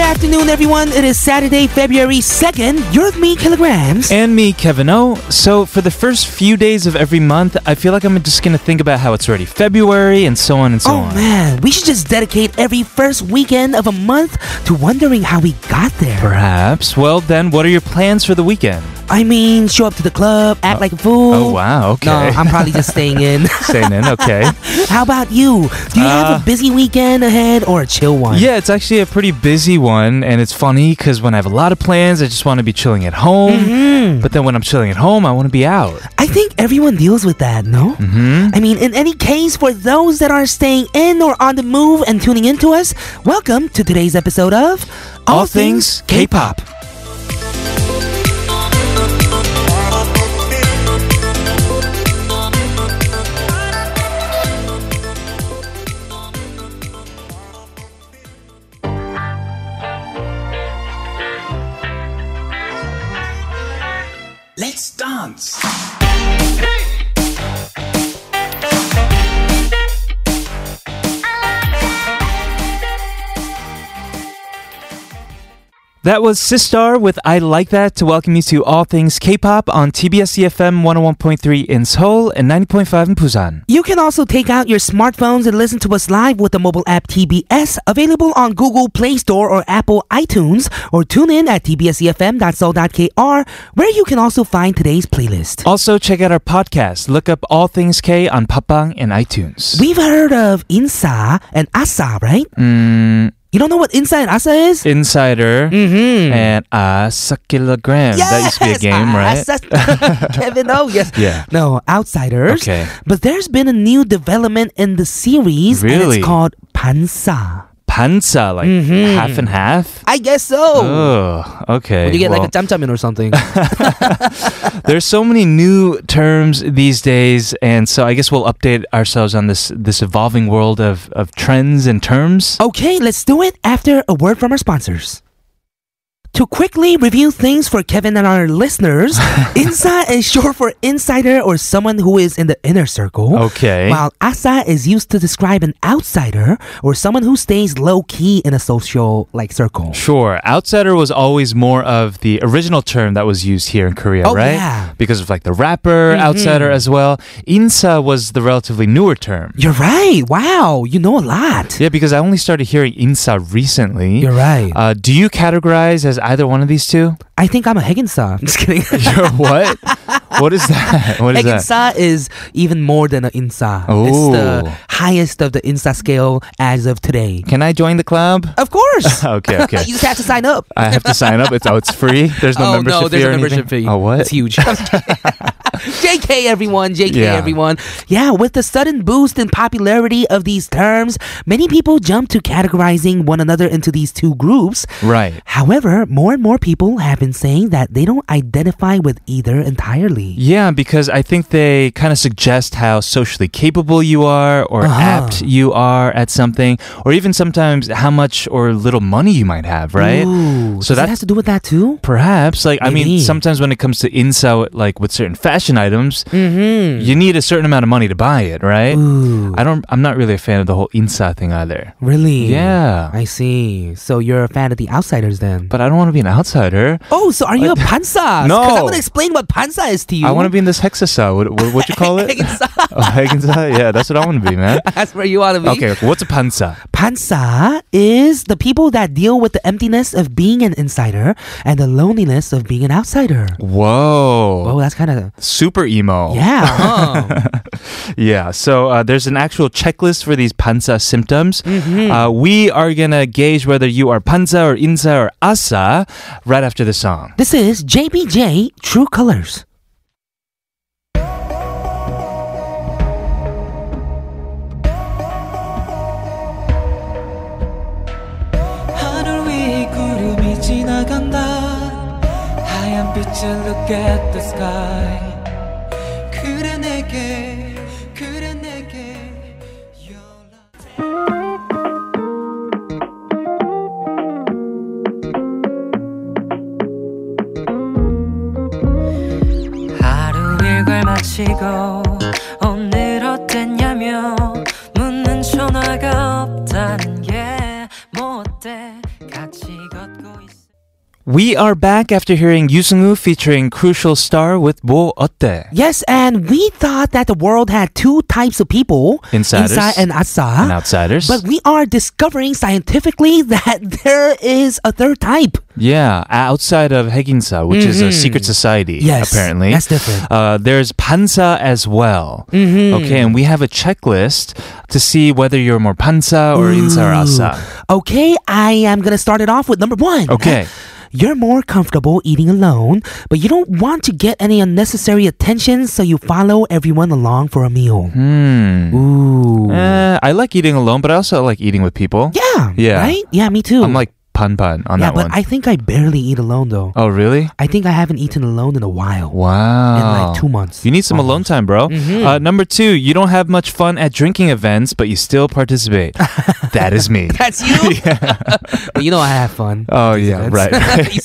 afternoon, everyone. It is Saturday, February 2nd. You're with me, Kilograms. And me, Kevin O. So, for the first few days of every month, I feel like I'm just going to think about how it's already February and so on and so oh, on. man. We should just dedicate every first weekend of a month to wondering how we got there. Perhaps. Well, then, what are your plans for the weekend? I mean, show up to the club, act like a fool. Oh, wow. Okay. No, I'm probably just staying in. Staying in, okay. How about you? Do you have a Uh, busy weekend ahead or a chill one? Yeah, it's actually a pretty busy one, and it's funny because when I have a lot of plans, I just want to be chilling at home. But then when I'm chilling at home, I want to be out. I think everyone deals with that, no? Hmm? I mean, in any case, for those that are staying in or on the move and tuning into us, welcome to today's episode of All Things K-Pop. Let's dance. That was Sistar with I Like That to welcome you to All Things K-Pop on TBS EFM 101.3 in Seoul and 90.5 in Busan. You can also take out your smartphones and listen to us live with the mobile app TBS, available on Google Play Store or Apple iTunes, or tune in at tbsefm.soul.kr, where you can also find today's playlist. Also, check out our podcast. Look up All Things K on Papang and iTunes. We've heard of Insa and Asa, right? Mm. You don't know what Insa and Asa is? Insider and uh, Suckilogram. That used to be a Mm-hmm. Yes, Ah, game, right? Asa- Kevin, oh, yes. Yeah. No, Outsiders. Okay. But there's been a new development in the series, and Really? it's called Pansa. Pansa, like Mm-hmm. half and half. I guess so. Oh, okay. you get well, like a jamjamin or something. there's so many new terms these days, and so I guess we'll update ourselves on this this evolving world of, of trends and terms. Okay, let's do it after a word from our sponsors. To quickly review things for Kevin and our listeners, Insa is short for insider or someone who is in the inner circle. Okay. While Asa is used to describe an outsider or someone who stays low key in a social like circle. Sure. Outsider was always more of the original term that was used here in Korea, Oh, right? yeah. Mm-hmm. Because of like the rapper, outsider as well. Insa was the relatively newer term. You're right. Wow, you know a lot. Yeah, because I only started hearing insa recently. You're right. Uh, do you categorize as either one of these two? I think I'm a Heginsa. Just kidding. You're what? what is that? What is that? Heginsa is even more than an Insa. It's the Oh. highest of the Insa scale as of today. Can I join the club? Of course. Uh, Okay, okay. you just have to sign up. I have to sign up. It's oh, it's free. There's no oh membership no, fee there's or a membership anything? fee. Oh, what? It's huge. JK everyone, JK Yeah. everyone. Yeah, with the sudden boost in popularity of these terms, many people jump to categorizing one another into these two groups. Right. However, more and more people have been saying that they don't identify with either entirely. Yeah, because I think they kind of suggest how socially capable you are or Uh-huh. apt you are at something, or even sometimes how much or little money you might have, right? Ooh, so does that that has to do with that too? perhaps, like, I Maybe. mean, sometimes when it comes to insa, like with certain fashion items, you need a certain amount of money to buy it, right? Mm-hmm. Ooh, I don't, I'm not really a fan of the whole insa thing either. really? Yeah. I see. So you're a fan of the outsiders then? But I don't want to be an outsider. Oh, so are you a pansa? No. Because I want to explain what pansa is to you. I want to be in this hexasa. What, what, what you call it? Hexasa. Oh, hexasa? Yeah, that's what I want to be, man. That's where you want to be. Okay, what's a pansa? Pansa is the people that deal with the emptiness of being an insider and the loneliness of being an outsider. Whoa. Oh. Oh, that's kind of. Super emo. Yeah. Uh-huh. huh. Yeah. So uh, there's an actual checklist for these panza symptoms. Mm-hmm. Uh, we are going to gauge whether you are panza or insa or asa right after the song. this is JBJ True Colors. 하늘 위 구름이 지나간다 하얀 빛을 look at the sky 그래 내게 그래 내게 your love 하루 일과를 마치고 오늘 어땠냐며 묻는 전화가 없다는 게 뭐 어때 같이 걷고 We are back after hearing Yoo featuring Crucial Star with 뭐 어때? Yes, and we thought that the world had two types of people Insiders. inside and outside. And outsiders. But we are discovering scientifically that there is a third type. Yeah, outside of Heginsa, which is a secret society, Mm-hmm. Yes, apparently. that's different. Mm-hmm. Uh, there's Pansa as well. Okay, and we have a checklist to see whether you're more Pansa or Insa or Asa. Okay, I am going to start it off with number one. Okay. You're more comfortable eating alone, but you don't want to get any unnecessary attention, so you follow everyone along for a meal. Hmm. Ooh. Eh, I like eating alone, but I also like eating with people. yeah. Yeah. Right? Yeah, me too. I'm like pan pan on yeah, that but one. I think I barely eat alone though. oh, really? I think I haven't eaten alone in a while. Wow. In like two Mm-hmm. months. Oh. You need some alone time, bro. Uh, number two, you don't have much fun at drinking events, but you still participate. that is me. That's you? but you know I have fun. Oh yeah, events. right.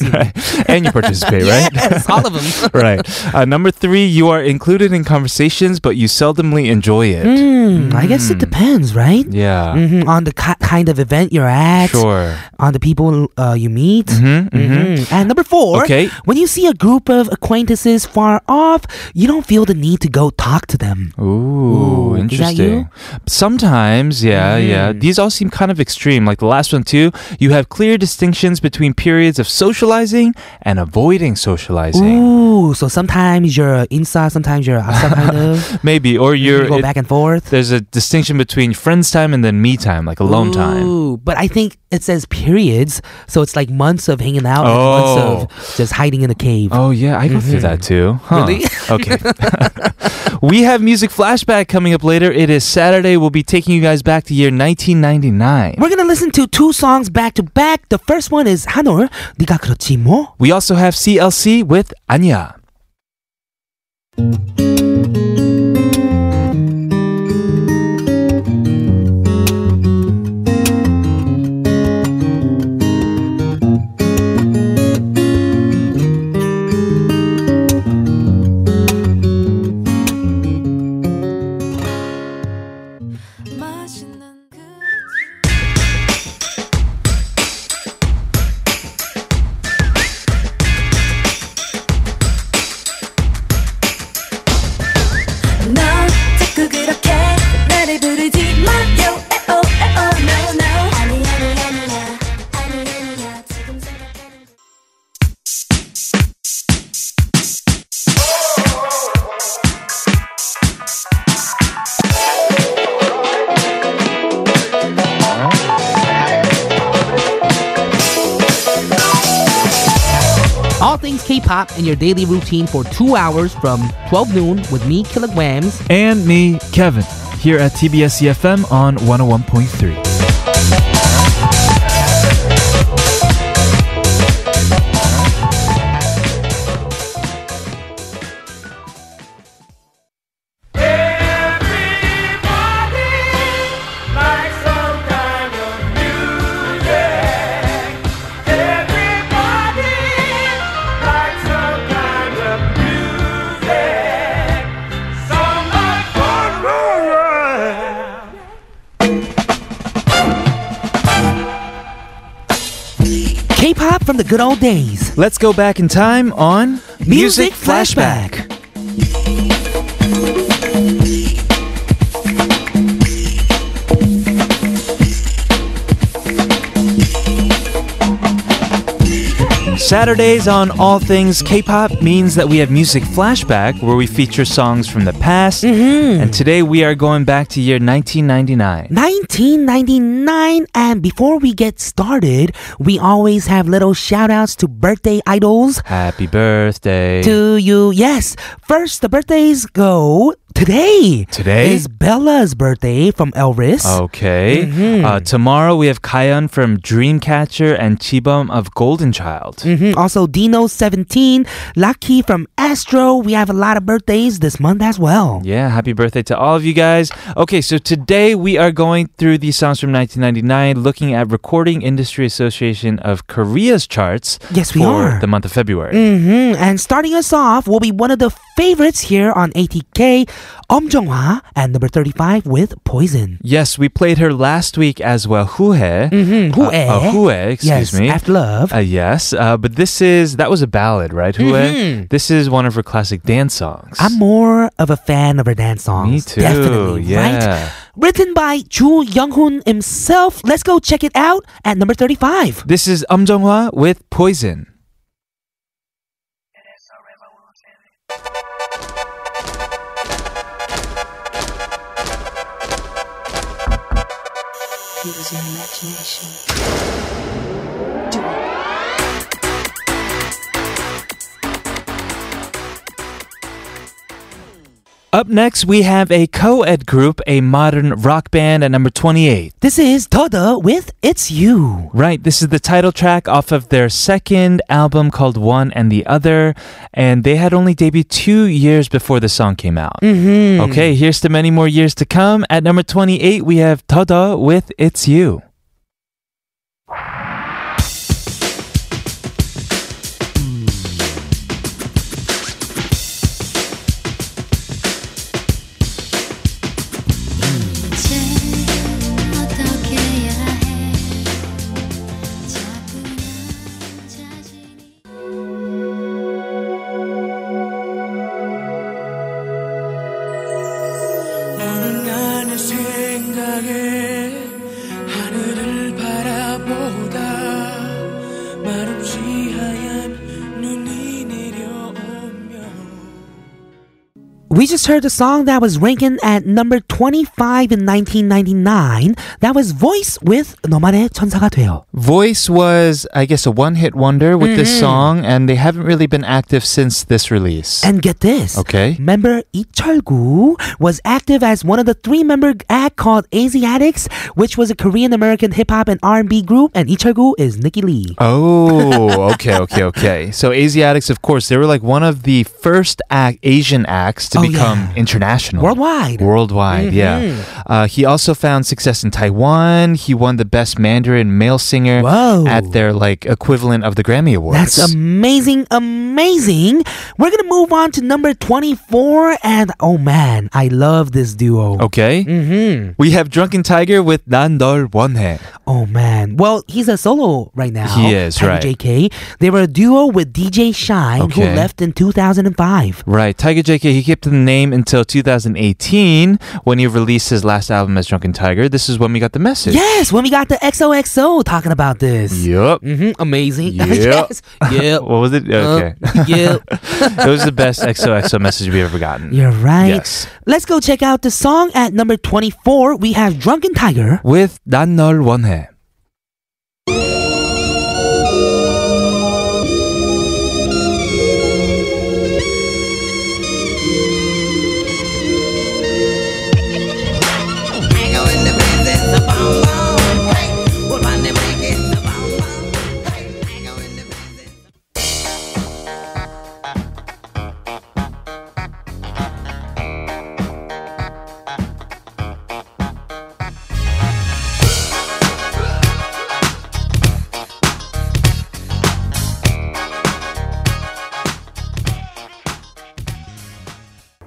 right, right. And you participate, right? Yes, all of them. right. Uh, number three, you are included in conversations, but you seldomly enjoy it. Hmm, I guess it depends, right? Yeah, hmm on the ki- kind of event you're at, sure. on the people uh, you meet. Mm-hmm, And number four, Okay. when you see a group of acquaintances far off, you don't feel the need to go talk to them. Ooh, Ooh, is that Mm. interesting. Sometimes, yeah, yeah. These all seem kind of extreme. Like the last one too. You have clear distinctions between periods of socializing and avoiding socializing. Ooh, so sometimes you're inside, sometimes you're outside, kind of. Maybe or You you're go it- back and forth. there's a distinction between friends time and then me time, like alone time. Ooh, but I think it says periods, so it's like months of hanging out and months of just hiding in a cave. Oh yeah, I go through that too. Huh. Really? okay. we have music flashback coming up later. It is Saturday. We'll be taking you guys back to year 1999. We're gonna listen to two songs back to back. The first one is 한올, 네가 그렇지 뭐? We also have CLC with Anya. 맛있는 그 넌 자꾸 그렇게 나를 부르지 마요 에오 에오 no no 아니 아니 아니야 아니 아니야 지금 생각하는 All things K-pop in your daily routine for two hours from 12 noon with me, Kilograms. And me, Kevin, here at TBS EFM on 101.3. K-pop from the good old days. Let's go back in time on Music Flashback. Saturdays on All Things K-pop means that we have music flashback where we feature songs from the past. Mm-hmm. And today we are going back to year 1999. 1999 and before we get started we always have little shout outs to birthday idols Happy birthday. to you yes first the birthdays go today Today? Oh. is bella's birthday from elvis Okay. Mm-hmm. Uh, tomorrow we have Kayan from Dreamcatcher and Chibum of Golden Child. Mhm. also dino 17 lucky from astro we have a lot of birthdays this month as well Yeah, happy birthday to all of you guys. Okay, so today we are going through these songs from 1999, looking at Recording Industry Association of Korea's charts Yes, we for are. Mm. the month of February. hmm And starting us off will be one of the favorites here on ATK, Um Jung-hwa at number 35 with Poison. Yes, we played her last week as well. Huhe. Mm, Uh, uh, Huhe, excuse yes, me. After Love. Uh, yes, uh, but this is that was a ballad, right? Huhe. This is one of her classic dance songs. Mm-hmm. I'm more of a fan of her dance songs. Me too. Definitely, right? yeah. Written by Ju Young-hoon himself. Let's go check it out at number 35. This is Um Jung-hwa with Poison. Use your imagination. Up next, we have a co-ed group, a modern rock band at number 28. This is Toda with It's You. Right, this is the title track off of their second album called One and the Other, and they had only debuted two years before the song came out. Mm-hmm. Okay, here's to many more years to come. At number 28, we have Tada with It's You. 이제 어떻게 해야 해 자꾸만 자신이 너는 나는 생각에 하늘을 바라보다 말없이 하얀 눈이 내려오며 We just heard the song that was ranking at number 25 in 1999. That was Voice with 너만의 천사가 돼요. Voice was, I guess, a one hit wonder with this song, and they haven't really been active since this release. And get this. Okay. Member Ichulgu was active as one of the three-member act called Asiatics, which was a Korean-American hip-hop and R&B group, and Ichulgu is Nikki Lee. Oh, okay, okay, okay. So Asiatics, of course, they were like one of the first act, Asian acts to Oh, become yeah. international, Worldwide. Mm-hmm. worldwide. Yeah. Uh, he also found success in Taiwan. He won the best Mandarin male singer Whoa. at their like equivalent of the Grammy Awards. That's amazing, amazing. We're gonna move on to number 24, and oh man, I love this duo. okay. hmm We have Drunken Tiger with 난 널 원해. Oh man. Well, he's a solo right now. He is, Tiger right. JK. They were a duo with DJ Shine, Okay. who left in 2005. Right, Tiger JK, he kept the name until 2018 when he released his last album as Drunken Tiger. This is when we got the message. Yes, when we got the XOXO talking about this. Yup. hmm Amazing. Yeah. yes. Yep. What was it? Okay. Uh, yep. it was the best XOXO message we've ever gotten. You're right. Yes. Let's go check out the song at number 24. We have Drunken Tiger. With 난 널 원해.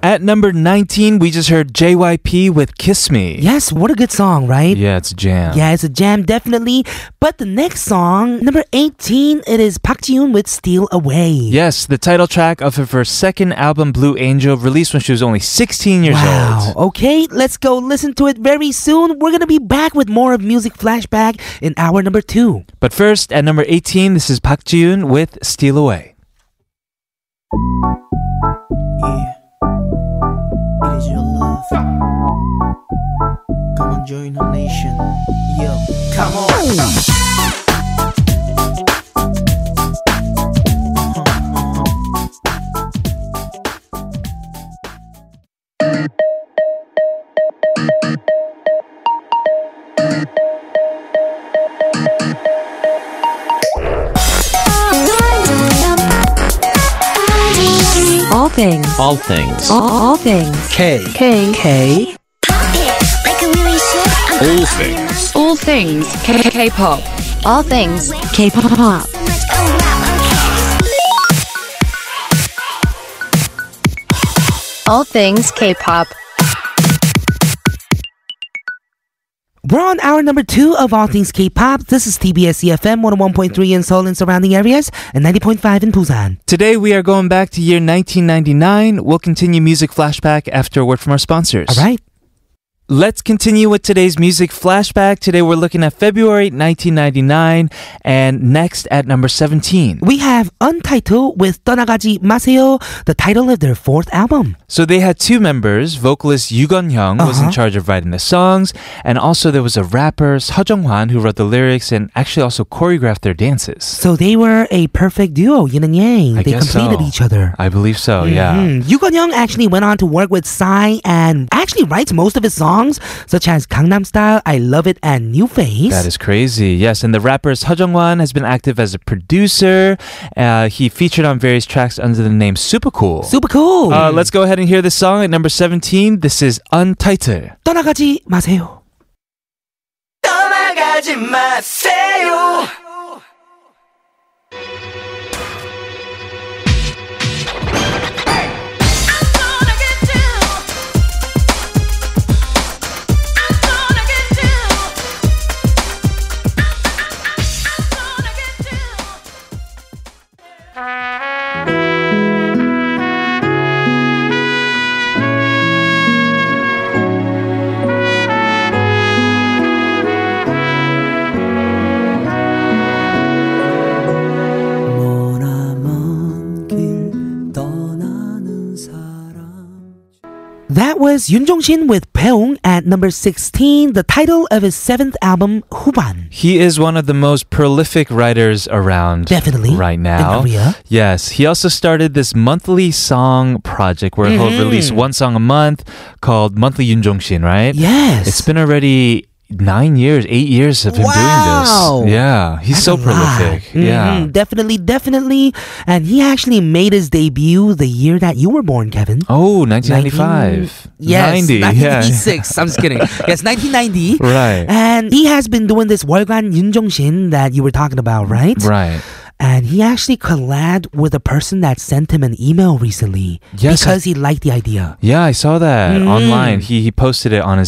At number 19, we just heard JYP with Kiss Me. Yes, what a good song, right? Yeah, it's a jam. Yeah, it's a jam, definitely. But the next song, number 18, it is Park Ji-yoon with Steal Away. Yes, the title track of her first second album, Blue Angel, released when she was only 16 years Wow. old. Okay, let's go listen to it very soon. We're going to be back with more of Music Flashback in hour number two. But first, at number 18, this is Park Ji-yoon with Steal Away. Yeah. It is your love. Come on, join our nation. Yo, come on. All things. All things. All, all things. K. K. K. All things. All things. K. K. Pop. All things. K. Pop. Oh wow, okay. All things K-pop. We're on hour number two of All Things K-pop. This is TBS EFM 101.3 in Seoul and surrounding areas and 90.5 in Busan. Today we are going back to year 1999. We'll continue music flashback after a word from our sponsors. All right. Let's continue with today's music flashback. Today we're looking at February 1999 and next at number 17. We have Untitled with Tonagaji Maseo, the title of their fourth album. So they had two members. Vocalist Yu Gun Hyung was in Uh-huh. charge of writing the songs, and also there was a rapper Seo Jung Hwan who wrote the lyrics and actually also choreographed their dances. So they were a perfect duo, yin and yang. I they guess completed so. each other. I believe so. Yeah. Mm, Yugon Young actually went on to work with Psy and actually writes most of his songs, such as Gangnam Style, I Love It, and New Face. That is crazy. Yes, and the rapper Seo Jung Hwan has been active as a producer. Uh, he featured on various tracks under the name Super Cool. super cool. Uh, let's go ahead and hear this song at number 17. This is Untitled. 떠나가지 마세요. 떠나가지 마세요 That was Yun Jong Shin with Peong at number 16, the title of his seventh album, Huban. He is one of the most prolific writers around. Definitely. Right In now. Korea. Yes. He also started this monthly song project where Mm-hmm. he'll release one song a month called Monthly Yun Jongshin, right? Yes. It's been already nine years, eight years of him Wow. doing this. Yeah. He's so That's a lot. prolific. Yeah. Mhm, Definitely, definitely. And he actually made his debut the year that you were born, Kevin. Oh, 1995. 19 Yes, 90. Yeah. 1996. I'm just kidding. Yes, 1990. Right. And he has been doing this 월간 윤종신 that you were talking about, right? Right. And he actually collabed with a person that sent him an email recently Yes, because he liked the idea. Yeah, I saw that online. He he posted it on his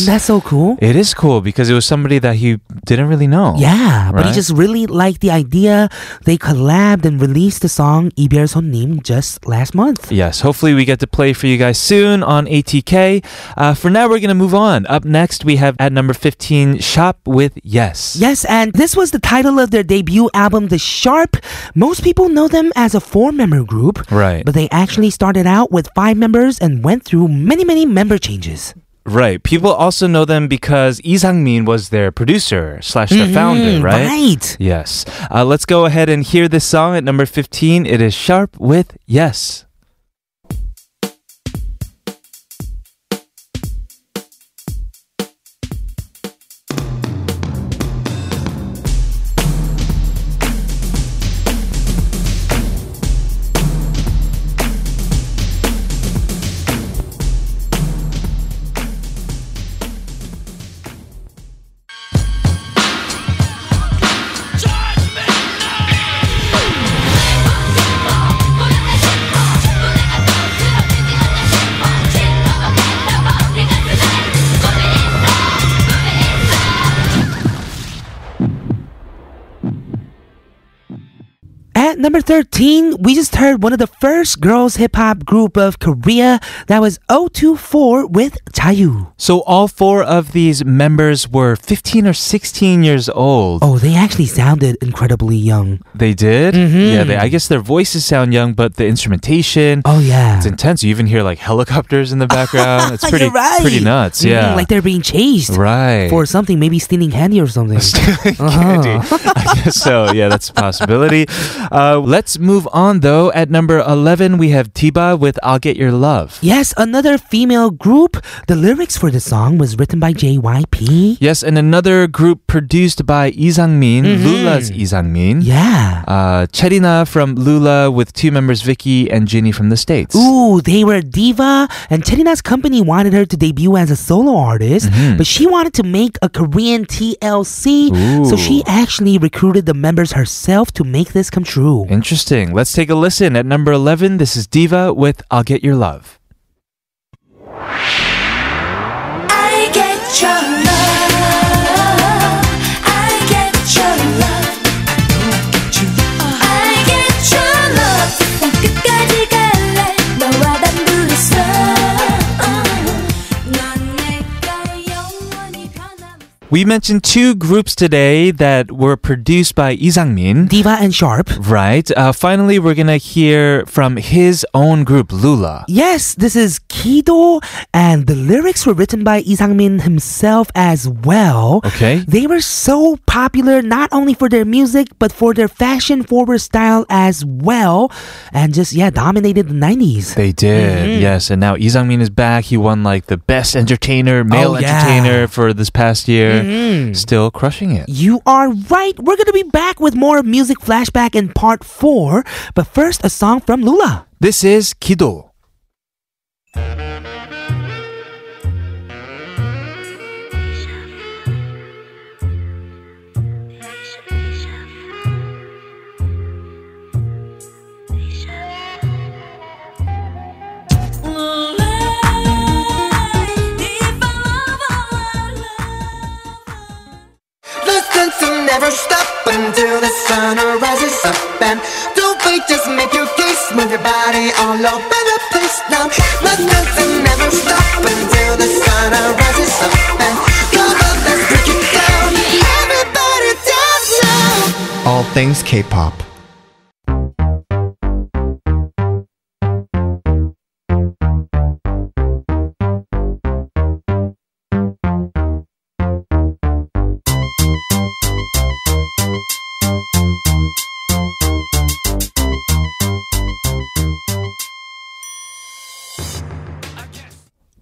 Mm. Isn't that so cool? It is cool because it was somebody that he didn't really know. Yeah, but he Oh, Right? just really liked the idea. They collabed and released the song 이별 손님 just last month. Yes, hopefully we get to play for you guys soon on ATK. Uh, for now, we're going to move on. Up next, we have at number 15, Shop with Yes. Yes, and this was the title of their debut album, The Sharp. Most people know them as a four member group. Right. But they actually started out with five members and went through many, many member changes. Right. People also know them because Lee Sang-min was their producer slash the founder, right? Mm-hmm. Right. Yes. Uh, let's go ahead and hear this song at number 15. It is Sharp with Yes. At number 13, we just heard one of the first girls hip hop group of Korea. That was 024 with Chayu. So all four of these members were 15 or 16 years old. Oh, they actually sounded incredibly young. They did? Yeah, they, I guess their voices sound young, but the instrumentation, Mm-hmm. Oh, yeah. it's intense. You even hear like helicopters in the background. It's You're pretty right. pretty nuts. Mhm, Yeah. like they're being chased. right. For something, maybe stealing candy or something. Candy. I guess so. Yeah, that's a possibility. Uh, let's move on though. At number 11, we have Tiba with I'll Get Your Love. Yes, another female group. The lyrics for the song was written by JYP. Yes, and another group produced by Lee Sang-min, Lula's Lee Sang-min. Mm-hmm. Yeah. Uh, Cherina from Lula with two members, Vicky and Ginny from the States. Ooh, they were a diva, and Cherina's company wanted her to debut as a solo artist, Mm-hmm. but she wanted to make a Korean TLC, so Ooh. she actually recruited the members herself to make this come true. Interesting. Let's take a listen. At number 11, this is Diva with I'll Get Your Love. your love. I get your love. I get your love. 세상 끝까지 갈래. 너와 난 불었어. 넌내 영원히 변함. We mentioned two groups today that were produced by Lee Sang-min. Diva and Sharp. Right. Uh, finally, we're gonna hear from his own group, Lula. Yes, this is Kido, and the lyrics were written by Lee Sang-min himself as well. Okay. They were so popular not only for their music, but for their fashion-forward style as well, and just, yeah, dominated the 90s. They did, Mm-hmm. yes. And now Lee Sang-min is back. He won like the best entertainer, male Oh, yeah. Mm-hmm. entertainer for this past year. Still crushing it. You are right. We're going to be back with more music flashback in part four. But first, a song from Lula. This is Kido. Listen to never stop until the sun rises up and don't wait, just make your case, move your body all over the place now. Listen to never stop until the sun rises up and come on, let's break it down. Everybody dance now. All things K-pop.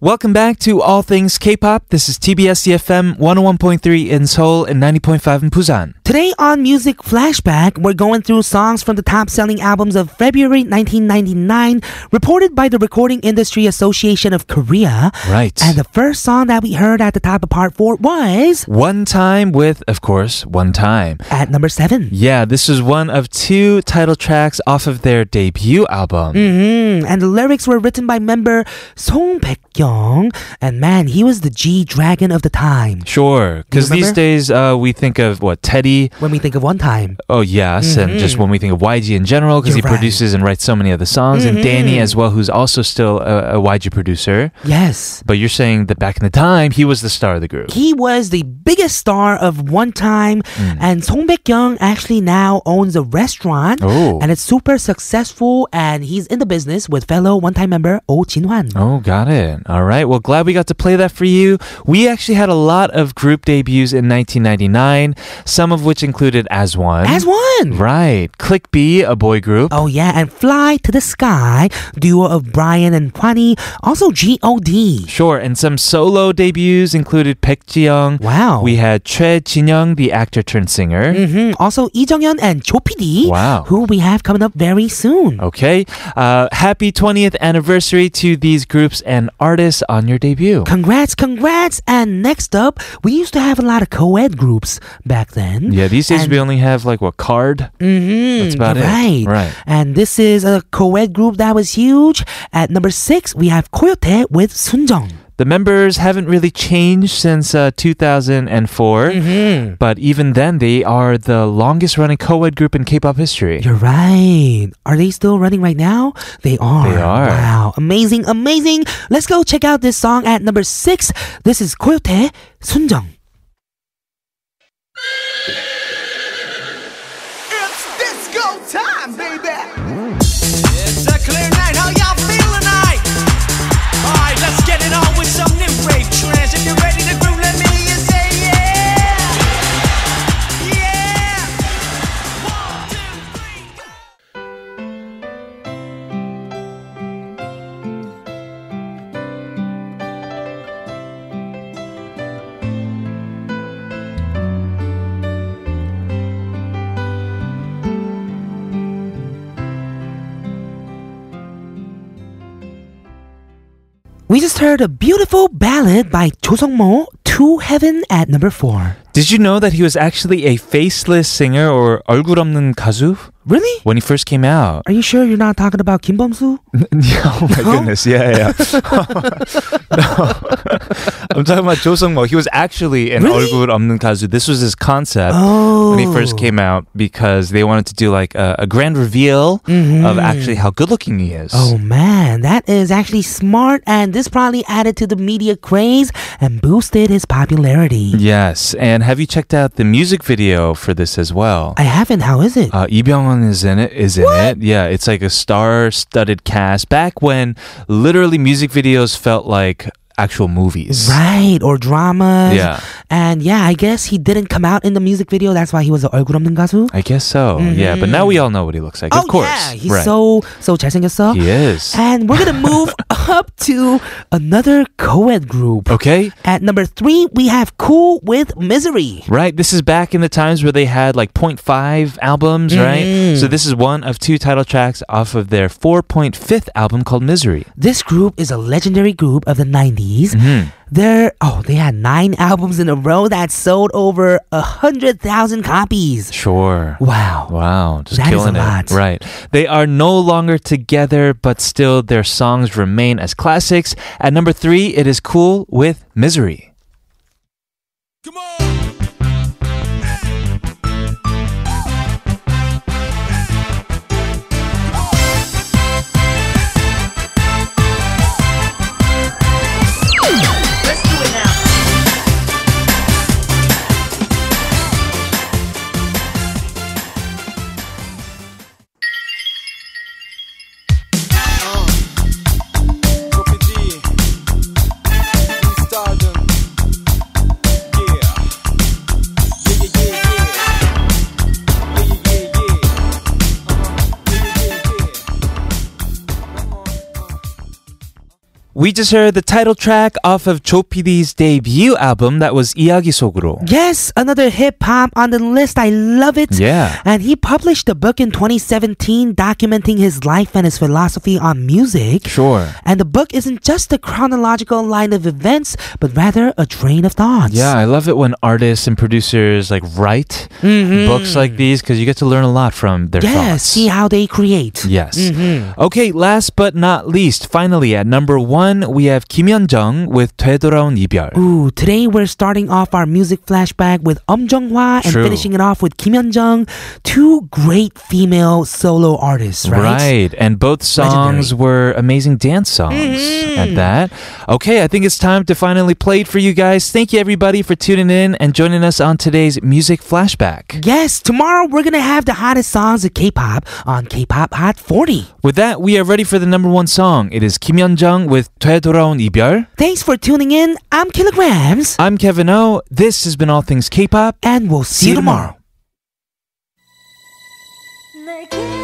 Welcome back to All Things K-pop. This is TBS CFM 101.3 in Seoul and 90.5 in Busan. Today on Music Flashback, we're going through songs from the top selling albums of February 1999, reported by the Recording Industry Association of Korea. Right. And the first song that we heard at the top of part four was One time with, of course, one time. at number seven. Yeah, this is one of two title tracks off of their debut album. Mm, and the lyrics were written by member Song Baek-kyung. And man, he was the G Dragon of the time. Sure, because You these remember? days uh, we think of what Teddy. When we think of one time. Oh yes, and just when we think of YG in general, because he Mm-hmm. You're right. Mm-hmm. produces and writes so many of the songs, and Danny as well, who's also still a, a YG producer. Yes. But you're saying that back in the time, he was the star of the group. He was the biggest star of one time, Hmm. and Song Baek-kyung actually now owns a restaurant, Oh. and it's super successful. And he's in the business with fellow one-time member Oh Jin-hwan. Oh, got it. All right. Well, glad we got to play that for you. We actually had a lot of group debuts in 1999, some of which included As One. As one. Right. Click B, a boy group. Oh yeah, and Fly to the Sky, duo of Brian and Hwani, also G.O.D. Sure, and some solo debuts included Baek Ji-young. Wow. We had Choi Jin-young, the actor turned singer. hmm Also Lee Jung-yeon and Cho PD, Wow. Oh. who we have coming up very soon. Okay. Uh, happy 20th anniversary to these groups and artists on your debut. Congrats, congrats! And next up, we used to have a lot of co-ed groups back then. Yeah, these days And- we only have like what card? Mm-hmm. That's about it. right. Right. And this is a co-ed group that was huge. At number six, we have Koyote with Sunjong. The members haven't really changed since uh, 2004, Mm-hmm. but even then they are the longest running co-ed group in K-pop history. You're right. Are they still running right now? They are. They are. Wow. Amazing, amazing. Let's go check out this song at number six. This is Koyote Sunjong. It's disco time, baby. It's a clear night. How y'all feel tonight? All right, let's get it on with some new wave trance. If you're ready to groove, let me hear you say yeah, yeah. One, two, three, go. We just heard a beautiful ballad by Cho Sung-mo, To Heaven at number four. Did you know that he was actually a faceless singer or 얼굴 없는 가수? Really? when he first came out. Are you sure you're not talking about Kim Bum-soo? oh my No? goodness, yeah, yeah. yeah. no. I'm talking about Cho Sung Mo. He was actually an Really? 얼굴 없는 가수. This was his concept when he Oh. first came out because they wanted to do like a, a grand reveal of actually how good looking he is. Oh man, that is actually smart, and this probably added to the media craze and boosted his popularity. Yes, and have you checked out the music video for this as well? I haven't. How is it? Uh, Lee Byung-hun is in it. Is in it. Yeah, it's like a star-studded cast. Back when literally music videos felt like actual movies. Right, or dramas. Yeah. And yeah, I guess he didn't come out in the music video. That's why he was an 얼굴 없는 가수. I guess so. Yeah, but now we all know what he looks like. Oh of course. yeah, he's right. so so 잘생겼어. He is. And we're gonna move up to another co-ed group. Okay. At number three, we have Cool with Misery. Right. This is back in the times where they had like 0.5 albums, right? Mm-hmm. So this is one of two title tracks off of their 4.5th album called Misery. This group is a legendary group of the 90s. Mm-hmm. They're, oh, they had nine albums in a row that sold over a 100,000 copies. Sure. Wow. Wow, just That is killing a lot. it. Right. They are no longer together, but still their songs remain as classics. At number three, it is Cool with Misery. We just heard the title track off of Cho PD's debut album that was Iagi Soguro. Yes, another hip hop on the list. I love it. Yeah. And he published a book in 2017 documenting his life and his philosophy on music. Sure. And the book isn't just a chronological line of events, but rather a train of thoughts. Yeah, I love it when artists and producers like write books like these because you get to learn a lot from their Mm-hmm. Yes, thoughts. see how Mm-hmm. they create. Yes. Okay, last but not least, finally at number one, we have Kim Yeon Jung with 되돌아온 이별. Ooh, today we're starting off our music flashback with Um Jung Hwa and True. finishing it off with Kim Hyun Jung, two great female solo artists, right? And both songs were amazing dance songs at that. Okay, I think it's time to finally play it for you guys. Thank you, everybody, for tuning in and joining us on today's music flashback. Yes, tomorrow we're gonna have the hottest songs of K-pop on K-pop Hot 40. With that, we are ready for the number one song. It is Kim Yeon Jung with 되돌아온 이별. Thanks for tuning in. I'm Kilograms, I'm Kevin O. This has been All Things K pop. and we'll see, you tomorrow. 내게